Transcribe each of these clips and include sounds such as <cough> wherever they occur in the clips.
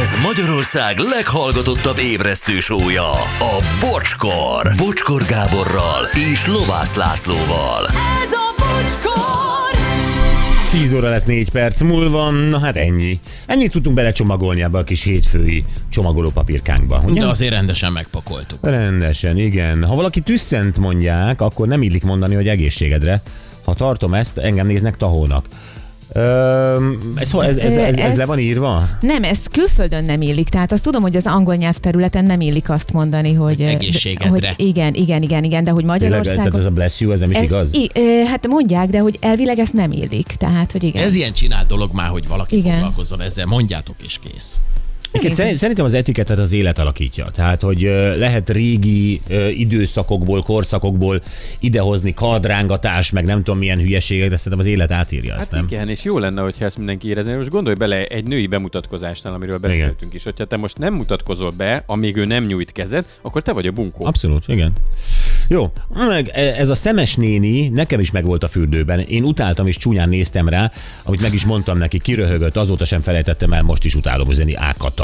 Ez Magyarország leghallgatottabb ébresztő sója, a Bocskor. Bocskor Gáborral és Lovász Lászlóval. Ez a bocskor! 10 óra lesz 4 perc múlva, na hát ennyi. Ennyit tudtunk belecsomagolni ebbe a kis hétfői csomagoló papírkánkba. Ugye? De azért rendesen megpakoltuk. Rendesen, igen. Ha valaki tüsszent mondják, akkor nem illik mondani, hogy egészségedre. Ha tartom ezt, engem néznek tahónak. Öm, ez, ez, ez, ez, ez Ez- le van írva? Nem, ez külföldön nem illik. Tehát azt tudom, hogy az angol nyelvterületen nem illik azt mondani, hogy... Egészségedre. Hogy igen, igen, igen, igen, de hogy Tényleg, tehát ez Magyarországon... a bless you, ez nem is Ez, igaz? I, ö, hát mondják, de hogy elvileg ez nem illik. Tehát, hogy igen. Ez ilyen csinált dolog már, hogy valaki Igen. Igen. foglalkozzon ezzel, mondjátok és kész. Egyébként szerint- szerintem az etiketet az élet alakítja. Tehát, hogy ö, lehet régi ö, időszakokból, korszakokból idehozni kardrángatás, meg nem tudom milyen hülyeségek, de szerintem az élet átírja ezt, Hát nem? igen, és jó lenne, hogyha ezt mindenki érezné. Most gondolj bele egy női bemutatkozásnál, amiről beszéltünk igen. is. Hogyha te most nem mutatkozol be, amíg ő nem nyújt kezet, akkor te vagy a bunkó. Abszolút, igen. Jó, meg e, ez a szemes néni nekem is megvolt a fürdőben. Én utáltam és csúnyán néztem rá, amit meg is mondtam neki, kiröhögött, azóta sem felejtettem el, most is utálom üzeni Ákata.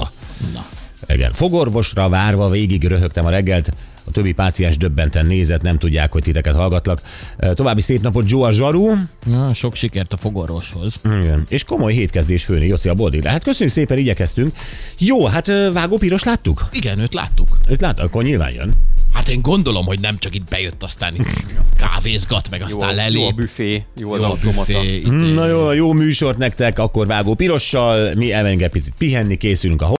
Na. Igen. Fogorvosra várva végig röhögtem a reggelt, a többi páciens döbbenten nézett, nem tudják, hogy titeket hallgatlak. E, További szép napot, Joe a zsaru. Na, sok sikert a fogorvoshoz. Igen. És komoly hétkezdés főni, Joci a boldira. Hát köszönjük szépen, igyekeztünk. Jó, hát ö, Vágó Piros láttuk? Igen, őt láttuk. Őt lát, akkor nyilván jön. Hát én gondolom, hogy nem csak itt bejött, aztán itt <laughs> kávézgat, meg Jó, aztán a- jó a lelép. büfé, jó az Jó a automata. büfé, izé. Na jó, jó műsort nektek, akkor Vágó Pirossal, mi elmenjünk egy picit pihenni, készülünk a